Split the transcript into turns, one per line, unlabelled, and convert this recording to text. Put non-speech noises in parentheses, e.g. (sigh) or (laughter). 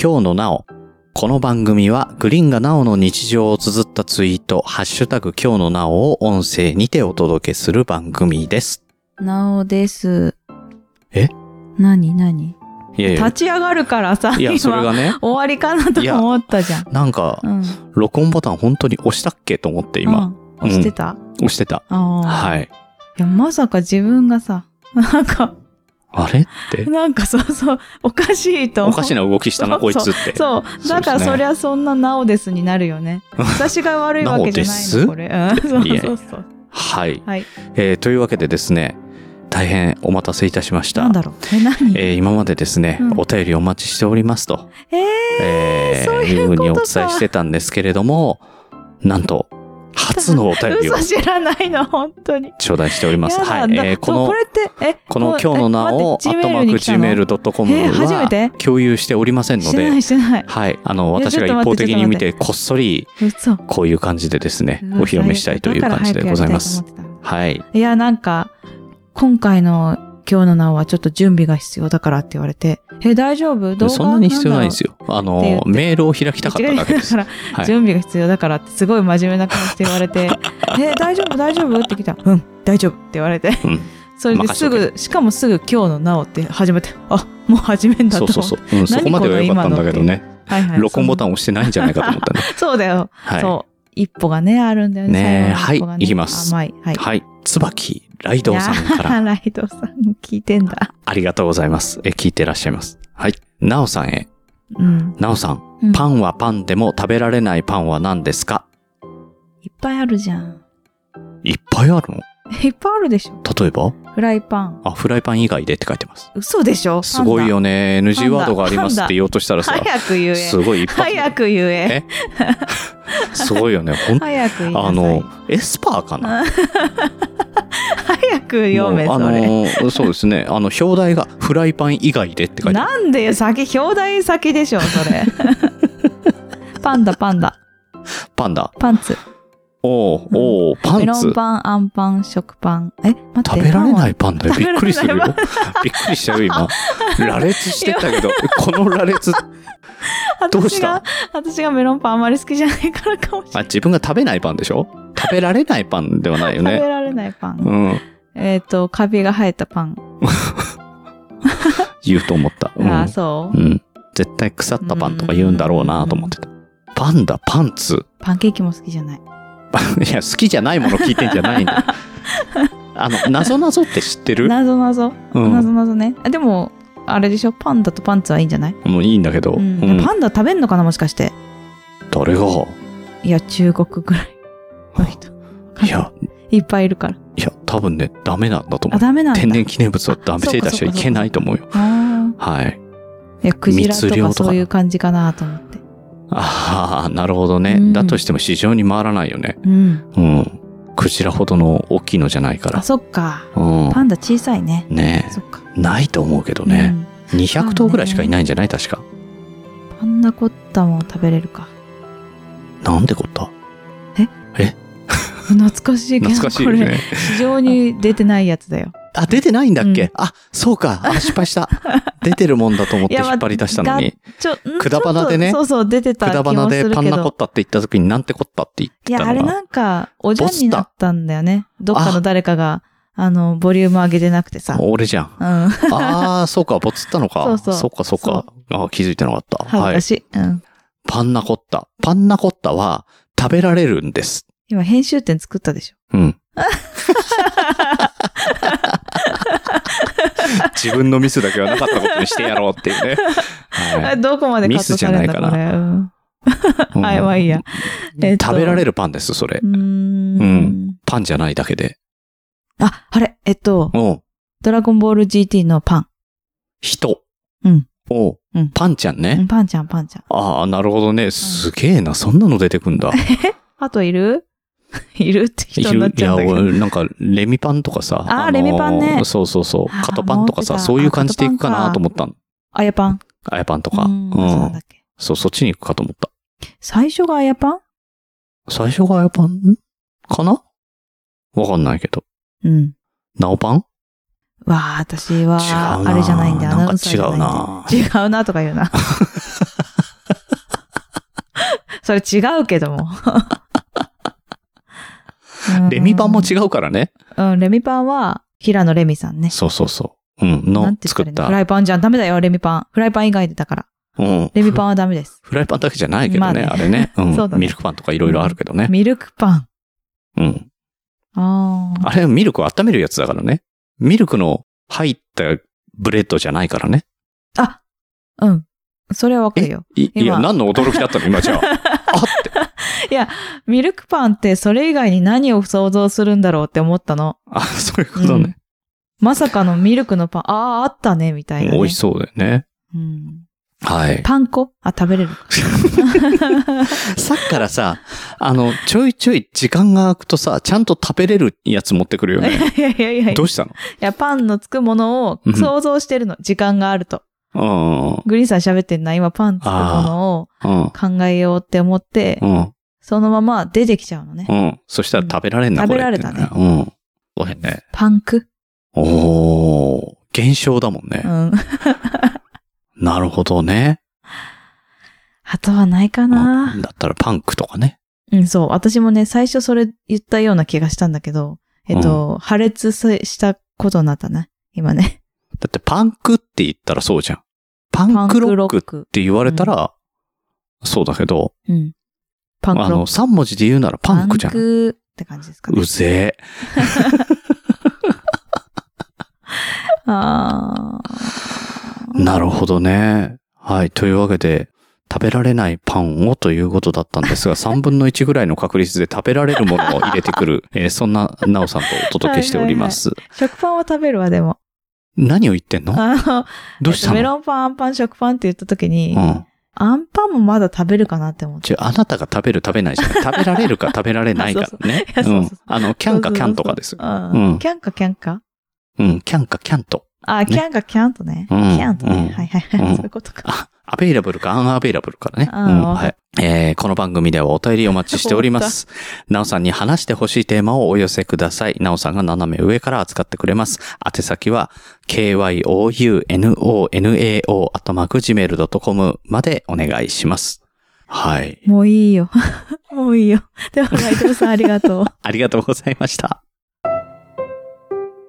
今日のなお。この番組は、グリーンがなおの日常を綴ったツイート、ハッシュタグ今日のなおを音声にてお届けする番組です。
なおです。
え
なになに
いやいや
立、ち上がるからさ、
いや、それ
今、
がね、
終わりかなと
いや
思ったじゃん。
なんか、
うん。
録音ボタン本当に押したっけと思って今、
うん。押してた、
押してた。
ああ。。
はいい。
や、まさか自分がさ、なんか、
あれって。
なんかそうそう、おかしいと
お
思う。
かしな動きしたな、こいつって。
そう。だ
そうです
から
ね
そりゃそんななおですになる
(laughs)
よね。私が悪いわけじゃないの、これ。うん。そう
いえ
そうそう。
はい、
はい。
えーというわけでですね、大変お待たせいたしまし
な
た
ん。だろう。え、何
えー今までですね、
うん
お便りお待ちしておりますと、
えー
え
そうい
うふ
うこ
う
と
に
か
お伝えしてたんですけれども、なんと、初のお便りを
嘘知らないの、本当に。
頂戴しております。
やだ
はい。
な
えーこの
そうこ、れって、え、
この今日の名を、アットマーク
Gmail
Gmail.com
えー初め
は
て
共有しておりませんの
して
で
な、いしてない。
はい。あの、
いや
私が一
ちょっと
方
待って
的に見て、こっそり、
嘘。
こういう感じでですね、
う
お
わ
披露目したいという感じでございます。。
だから早くやりたいと思って
はい。
たいや、なんか、今回の今日の名はちょっと準備が必要だからって言われて、え、大丈夫動画
そんなに必要ないんです
よ。
よ。あ
って言っ
の、
て
メールを開きたかった
違う
だけです。
だから、
はい
準備が必要だからってすごい真面目な顔して言わ
(laughs)
れて、え、大丈夫大丈夫って来たら、うん、大丈夫って言
(laughs)
われて。
うん
それで
任
す
せ
ぐ、しかもすぐ今日のなおって始めて、あ、もう始めんだと
そうそ
思
うそう。うん、そこまでは良かったんだけどね。
はいはい。
録音ボタ
ン。
ンを押してないんじゃないかと思ったね。
そうだよ。
は
そう。一歩がね、あるんだよね。
ねえ
最後の
は
一歩がね
いいきます
甘い。はい
い。。はい。椿ライドウさんか
いや
ら
ーライドさん聞いてんだ。
ありがとうございます。え、聞いてらっしゃいます。はい。なおさんへ。
うん。
なおさん、
うん
パンはパンでも食べられないパンは何ですか
いっぱいあるじゃん。
いっぱいあるの
いっぱいあるでしょ。
例えば
フライパン。
あ、フライパン以外でって書いてます。
嘘でしょ
すごい。よね。NG ワードがありますって言おうとしたら
パ
さ
ン、ダ早く言え。
すごい一発
早く言え。
すごいよね。ほん
早く言いなさい。
あの、エスパーかな
早く読め、
もうあ
それ。
の、そうですね。あの、表題がフライパン以外でって書いてある。
なんでよ、先、表題先でしょ、
(laughs)
それ。パンダ、パンダ、
パンダ。
パンツ、
おうおうパ
メ
ン
ロン
ツ。
パン、アンパン、食パン。え、待って。
食べられ
パン
な
はい
パンだよ。
食
び
べ
っ
られない
くりするよ。 (laughs) び
パ
っくりしたよ、今。羅列してたけど、この羅列、どうし
(laughs) 私
た
が、私がメロンパンあんまり好きじゃないからかもしれな
あ、
い。
自分が食べないパンでしょ食べられないパンではないよ
食べ
ね。
られないパン。
うん。
えっ、と、カビが生えたパン。
言うと思った。うん
ああ、そう、
うん。絶対腐ったパンとか言うんだろうなと思ってた。パンダ、パンツ。 (laughs)
パンケーキも好きじゃない。
パンいや、好きじゃないもの聞いてんじゃないん
(laughs)
だよ。あの、なぞなぞって知ってる
なぞなぞ。
う
なぞ
ん。
なぞね。あでも、あれでしょパンダとパンツはいいんじゃない、
もういいんだけど。う
うん
ん。
パンダ食べんのかなもしかして。
誰が
いや、中国ぐらいの人。
(laughs) いや、
いっぱいいるから。
いや、多分ね、ダメなんだと思
あ、
う。
ダメなんだ。
天然記念物はダメ
あそう
手
か
出しちゃいけないと思うよ。
あ
はい。
ーいや、クジラと
密漁と
か
か
そういう感じかなと思って。
ああ、なるほどね。
うん
だとしても市場に回らないよね。
うん。
うん。クジラほどの大きいのじゃないか
あ、
ら。
そっか。
うん。
パンダ小さいね。
ね
そっか。
え。ないと思うけどね。
まあ
200
ね
頭ぐらいしかいないんじゃない確か。
うん。パンナコッタも食べれるか。
なんでこった
懐かしいけど、
懐かしいよ
これ、
ね。
非常に出てないやつ
(laughs)
だよ。
あ、出てないんだっ
う
け
ん
あ、そうか。あ、失敗
(laughs)
した。出てるもんだと思って
い
引
やまあ
っ張り出したのに。
ちょ、ん
くだばなでね
ちょっとそうそう、出てた
く
気
だばな
もす
で
るけ
パ
ど。
ンナコッタって言った時になんてこったって言っ
い
て
や、
た
あれ
のが。
なんか、おじゃんになったんだよね。どっか
あ
の誰かが、あの、ボリューム上げてなくてさ。
俺じゃん。
うん。
ああ、そうか、ボツったのか。
(laughs) そうそう
っか、そうか。あー気づいてなかった。
恥ず
は
か
い。
しい。うん。
パンナコッタ。パンナコッタは食べられるんです。
今、編集点作ったでしょ。
うん。 (laughs) 自分のミスだけはなかったことにしてやろうっていうね。は
あ
い
(laughs) どこまでカットされるん
ミスじゃないか
だ、こ
な
れ。うん。
うん
はい、まあいいや。えっと
食べられるパンです、それ
う。ー。
うんパンじゃないだけで。
あ、あれ、えっと、
うん。
ドラゴンボール GT のパン
人。
うん。
おう
うん
パンちゃんね。
うん。パンちゃん、パンちゃん。
ああ、なるほどね。すげえな。そんなの出てくんだ。
あといる (laughs) いるって (laughs) 人になっ
い
ちゃ
や、
うんだけど。
俺なんか、レミパンとかさ。
あー
の
レミパンね
そうそうそう。
あー
カトパンとかさ、
思ってた
そういう感じでいくかなと思ったの。
あやパン。
あやパンとか。う
うんそうなん
ん。
だっけ。
そう、そっちに行くかと思った。
最初があやパン
最初があやパンかなわかんないけど。
うん。
なおパン
わあ、私
違うな
は、あれじゃないんだよ。
なんか
ア
(laughs)
ナウンサーじゃいんだよ違うなとか言うな。それ違うけども。
(laughs) レミパンも違うからね。
うん、レミパンは、平野レミさんね。
そうそうそう。うん、
な
の
んて言
作
らい
っ
いのフラ
た。
イパンじゃん。ダメだよ、レミパン。フライパン以外で
(laughs)
だから。
うん。
レミパンはダメです。
フライパンだけじゃないけどね、
ま
あ
あね
れ
(laughs)
ね。うん
そうだね
ミルクパンとかいろいろあるけどね。
ミルクパン。
うん。
ああ。
あれはミルクを温めるやつだからね。ミルクの入ったブレッドじゃないからね。
うん。それはわかるよ。
いいや、
今
何の驚きだったの今じゃあ。
(laughs)
あって。
ミルクパンってそれ以外に何を想像するんだろうって思ったの。
あ、そういうことね。
まさかのミルクのパン、ああ、あったね、みたいな、ね。
美味しそうだよね。
うん。
はい。
パン粉あ、食べ
(laughs)
れる。
さっきからさ、あの、ちょいちょい時間が空くとさ、ちゃんと食べれるやつ持ってくるよね。
(laughs) いやいやいやいや
ど。うしたの
いや、パンのつくものを
うん
想像してるの。時間があると。
う
グリーンさん喋ってんな。今パンつくものを
ん。うん。
考えようって思って、
うん。
そのまま出てきちゃうのね。
うん。そしたら食べられんな、
うん
これ
食べられたね
ってなうん。これね。
パンク
おー。現象だもん
う
ね。
ん。
なるほどね。
あとはないかな
うんだったらパンクとかね。
うん、そう。私もね、最初それ言ったような気がしたんだけど、えっと、破裂せしたことになったね。今ね。
だってパンクって言ったらそうじゃん。パンクロックっ
ク。
て言われたら、そうだけど、
うん。パンク
あ
ロッ
の、
ク。
3文字で言うならパンクじゃ
パ
ん。
クって感じですかね
う。ぜえ。
あー
なるほどね。はい。というわけで、食べられないパンをということだったんです
(laughs)
が、3分の1ぐらいの確率で食べられるものを入れてくる、 (laughs) えーそんな、なおさんとお届けしております。
食パンは食べるわ、でも。
何を言ってんの
あの、
どうしたの、
メロンパン、アンパン、食パンって言った時に、
うん。
アンパンもまだ食べるかなって思って。
ちょ、あなたが食べる食べないじゃない。食べられるか食べられないかね。
(laughs) そうそう
う
いやそうそうんそう。
あの、キャンかキャンとかです
そう
よ。
そうそう
う
うんん。キャンかキャンか
うん、キャンかキャンと。
あ、キャンかキャンとね。キ
うん
ャンと
うん
ね。はいはいは
うん
い。そういうことか。
あ、アベイラブルかアンアベイラブルからね。う
あー
ん、
わ
は
か
い。えー、この番組ではお便りお待ちしております。なおさんに話してほしいテーマをお寄せください。なおさんが斜め上から扱ってくれます。宛先は、kyounonao.gmail.com までお願いします。はい。
(laughs) もういいよ。もういいよ。では、ライトさんありがとう。
ありがとうございました。